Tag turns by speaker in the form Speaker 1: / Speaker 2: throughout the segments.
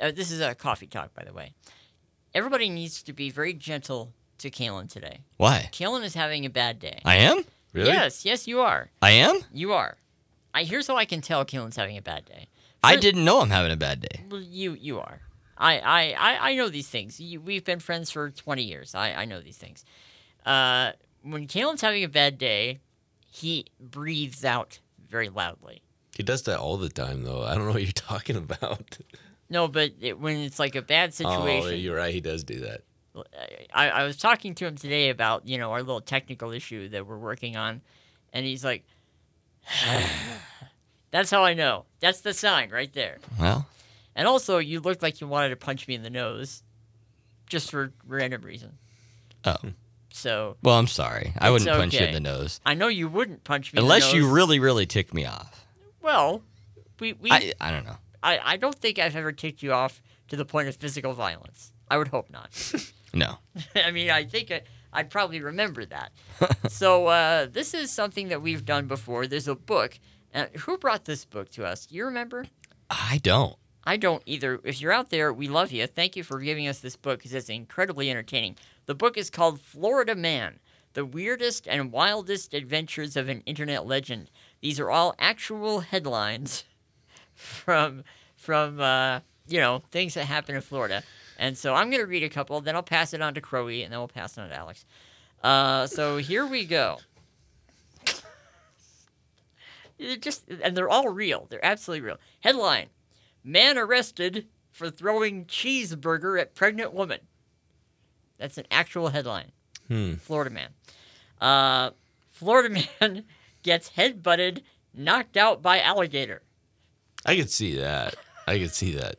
Speaker 1: uh, this is a coffee talk, by the way. Everybody needs to be very gentle to Kalen today.
Speaker 2: Why?
Speaker 1: Kalen is having a bad day.
Speaker 2: I am?
Speaker 3: Really?
Speaker 1: Yes, yes, you are.
Speaker 2: I am?
Speaker 1: You are. I here's how I can tell Kalen's having a bad day.
Speaker 2: I
Speaker 1: Fir-
Speaker 2: didn't know I'm having a bad day.
Speaker 1: Well, you you are. I I I, I know these things. You, we've been friends for twenty years. I I know these things. Uh, when Kalen's having a bad day, he breathes out very loudly.
Speaker 3: He does that all the time, though. I don't know what you're talking about.
Speaker 1: No, but it, when it's like a bad
Speaker 3: Oh,
Speaker 1: situation,
Speaker 3: you're right. He does do that.
Speaker 1: I, I was talking to him today about you know our little technical issue that we're working on, and he's like, "That's how I know. That's the sign right there."
Speaker 2: Well,
Speaker 1: And also, you looked like you wanted to punch me in the nose, just for random reason.
Speaker 2: oh.
Speaker 1: So
Speaker 2: Well, I'm sorry. I wouldn't punch you in
Speaker 1: okay.
Speaker 2: the nose.
Speaker 1: I know you wouldn't punch me in the
Speaker 2: Unless you
Speaker 1: nose.
Speaker 2: really, really tick me off.
Speaker 1: well, we, we
Speaker 2: I, I don't know.
Speaker 1: I, I don't think I've ever ticked you off to the point of physical violence. I would hope not.
Speaker 2: No.
Speaker 1: I mean, I think I, I'd probably remember that. so uh, this is something that we've done before. There's a book. Uh, who brought this book to us? Do you remember?
Speaker 2: I don't.
Speaker 1: I don't either. If you're out there, we love you. Thank you for giving us this book because it's incredibly entertaining. The book is called Florida Man The Weirdest and Wildest Adventures of an Internet Legend. These are all actual headlines from, from uh, you know, things that happen in Florida. And so I'm going to read a couple, then I'll pass it on to Crowe, and then we'll pass it on to Alex. Uh, so here we go. They're just and they're all real. They're absolutely real. Headline: Man arrested for throwing cheeseburger at pregnant woman. That's an actual headline.
Speaker 3: Hmm.
Speaker 1: Florida man. Uh, Florida man gets headbutted, knocked out by alligator.
Speaker 3: I could see that. I could see that.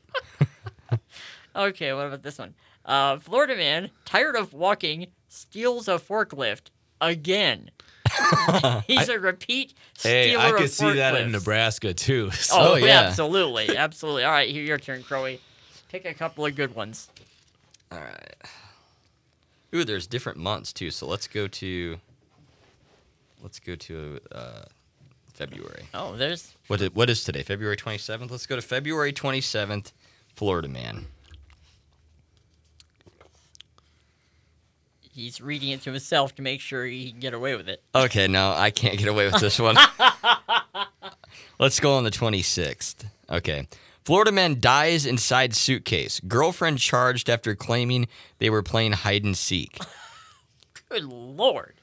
Speaker 1: Okay, what about this one? Uh, Florida man, tired of walking, steals a forklift again. He's a repeat stealer
Speaker 3: Hey, I
Speaker 1: of
Speaker 3: could see that in
Speaker 1: forklifts.
Speaker 3: Nebraska too. So
Speaker 1: Oh,
Speaker 2: Oh, yeah.
Speaker 1: absolutely, absolutely. All right, here your turn, Crowe. Pick a couple of good ones.
Speaker 2: All right. Ooh, there's different months too. So let's go to. Let's go to uh, February.
Speaker 1: Oh, there's
Speaker 2: What is, what is today? February 27th. Let's go to February 27th, Florida man.
Speaker 1: he's reading it to himself to make sure he can get away with it.
Speaker 2: Okay, no, I can't get away with this one. Let's go on the 26th. Okay. Florida man dies inside suitcase. Girlfriend charged after claiming they were playing hide and seek.
Speaker 1: Good lord,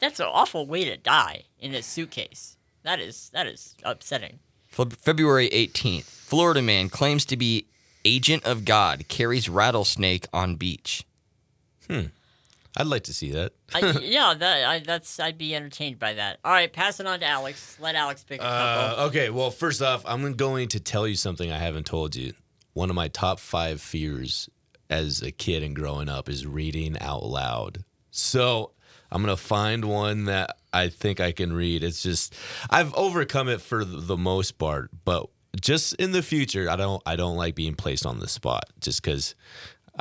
Speaker 1: that's an awful way to die in a suitcase. That is that is upsetting.
Speaker 2: Fe- February 18th. Florida man claims to be agent of God, carries rattlesnake on beach.
Speaker 3: I'd like to see that.
Speaker 1: I, yeah, that I, that's I'd be entertained by that. All right, pass it on to Alex. Let Alex pick a couple.
Speaker 3: Uh, okay, well, first off, I'm going to tell you something I haven't told you. One of my top five fears as a kid and growing up is reading out loud. So I'm going to find one that I think I can read. It's just, I've overcome it for the most part, but just in the future, I don't, I don't like being placed on the spot just because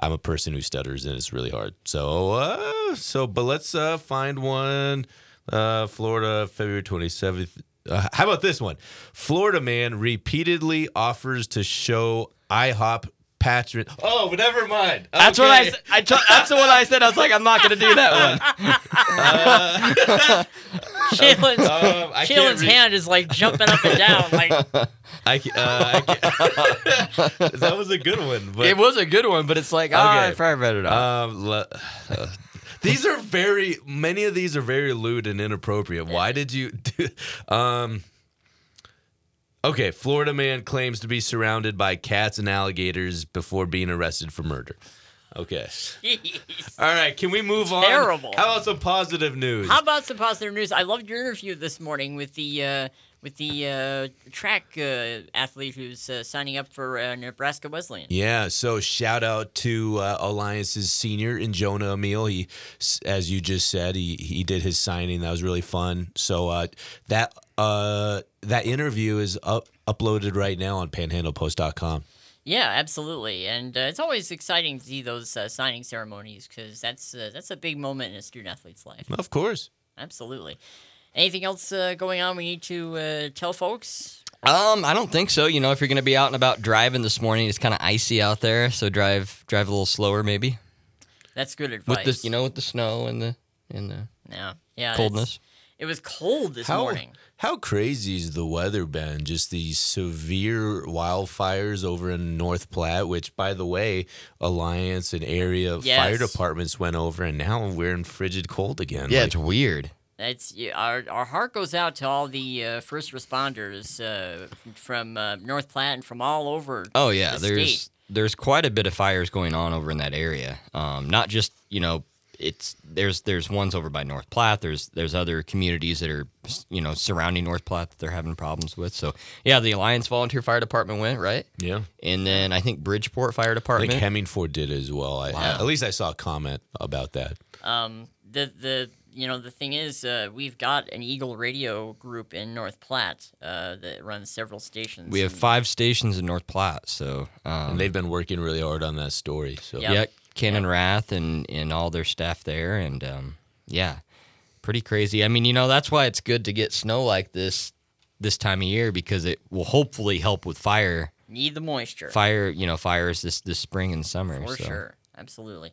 Speaker 3: I'm a person who stutters and it's really hard. So, uh, so, but let's uh, find one. Uh, Florida, February 27th. Uh, how about this one? Florida man repeatedly offers to show IHOP patron. Oh, but never mind.
Speaker 2: That's what I,
Speaker 3: Okay.
Speaker 2: s- I t- that's the one I said. I was like, I'm not going to do that one.
Speaker 1: Jalen's,
Speaker 3: Um, I can't
Speaker 1: Jalen's
Speaker 3: read-
Speaker 1: hand is like jumping up and down. Like
Speaker 3: I, ca- uh, I ca- that was a good one. But
Speaker 2: It was a good one, but it's like, all
Speaker 3: Okay.
Speaker 2: right, fire read it off.
Speaker 3: Um, le- uh, these are very many of these are very lewd and inappropriate. Why did you do? Um, okay, Florida man claims to be surrounded by cats and alligators before being arrested for murder. Okay.
Speaker 1: jeez.
Speaker 3: All right, can we move on?
Speaker 1: Terrible.
Speaker 3: How about some positive news?
Speaker 1: How about some positive news? I loved your interview this morning with the uh, with the uh, track uh, athlete who's uh, signing up for uh, Nebraska Wesleyan.
Speaker 3: Yeah, so shout out to uh, Alliance's senior and Jonah Emil. He, s- as you just said, he he did his signing. That was really fun. So uh, that uh, that interview is up, uploaded right now on PanhandlePost.com.
Speaker 1: Yeah, absolutely, and uh, it's always exciting to see those uh, signing ceremonies because that's uh, that's a big moment in a student athlete's life.
Speaker 3: Of course.
Speaker 1: Absolutely. Anything else uh, going on? We need to uh, tell folks.
Speaker 2: Um, I don't think so. You know, if you're going to be out and about driving this morning, it's kind of icy out there, so drive drive a little slower maybe.
Speaker 1: That's good advice.
Speaker 2: With the you know with the snow and the and the
Speaker 1: yeah, yeah, that's-
Speaker 2: coldness.
Speaker 1: It was cold this
Speaker 3: How
Speaker 1: morning.
Speaker 3: how crazy has the weather been? Just these severe wildfires over in North Platte, which, by the way, Alliance and area
Speaker 1: Yes.
Speaker 3: fire departments went over, and now we're in frigid cold again.
Speaker 2: Yeah,
Speaker 3: Like,
Speaker 2: it's weird.
Speaker 1: That's yeah, our our heart goes out to all the uh, first responders uh, f- from uh, North Platte and from all over.
Speaker 2: Oh yeah,
Speaker 1: the
Speaker 2: there's
Speaker 1: state.
Speaker 2: there's quite a bit of fires going on over in that area. Um, not just you know it's there's there's ones over by North Platte. There's there's other communities that are you know surrounding North Platte that they're having problems with. So yeah, the Alliance Volunteer Fire Department went right,
Speaker 3: yeah.
Speaker 2: and then I think Bridgeport Fire
Speaker 3: I think
Speaker 2: Department.
Speaker 3: Hemingford did as well. I, at least I saw a comment about that.
Speaker 1: Um, the the you know the thing is, uh, we've got an Eagle Radio group in North Platte uh, that runs several stations.
Speaker 2: we have
Speaker 1: and-
Speaker 2: five stations in North Platte. So um,
Speaker 3: And they've been working really hard on that story. So
Speaker 1: Yeah.
Speaker 2: yeah, Cannon Rath and and all their staff there, and um, yeah, pretty crazy. I mean, you know, that's why it's good to get snow like this this time of year because it will hopefully help with fire
Speaker 1: need the moisture
Speaker 2: fire you know fires this this spring and summer.
Speaker 1: for
Speaker 2: so.
Speaker 1: sure. Absolutely.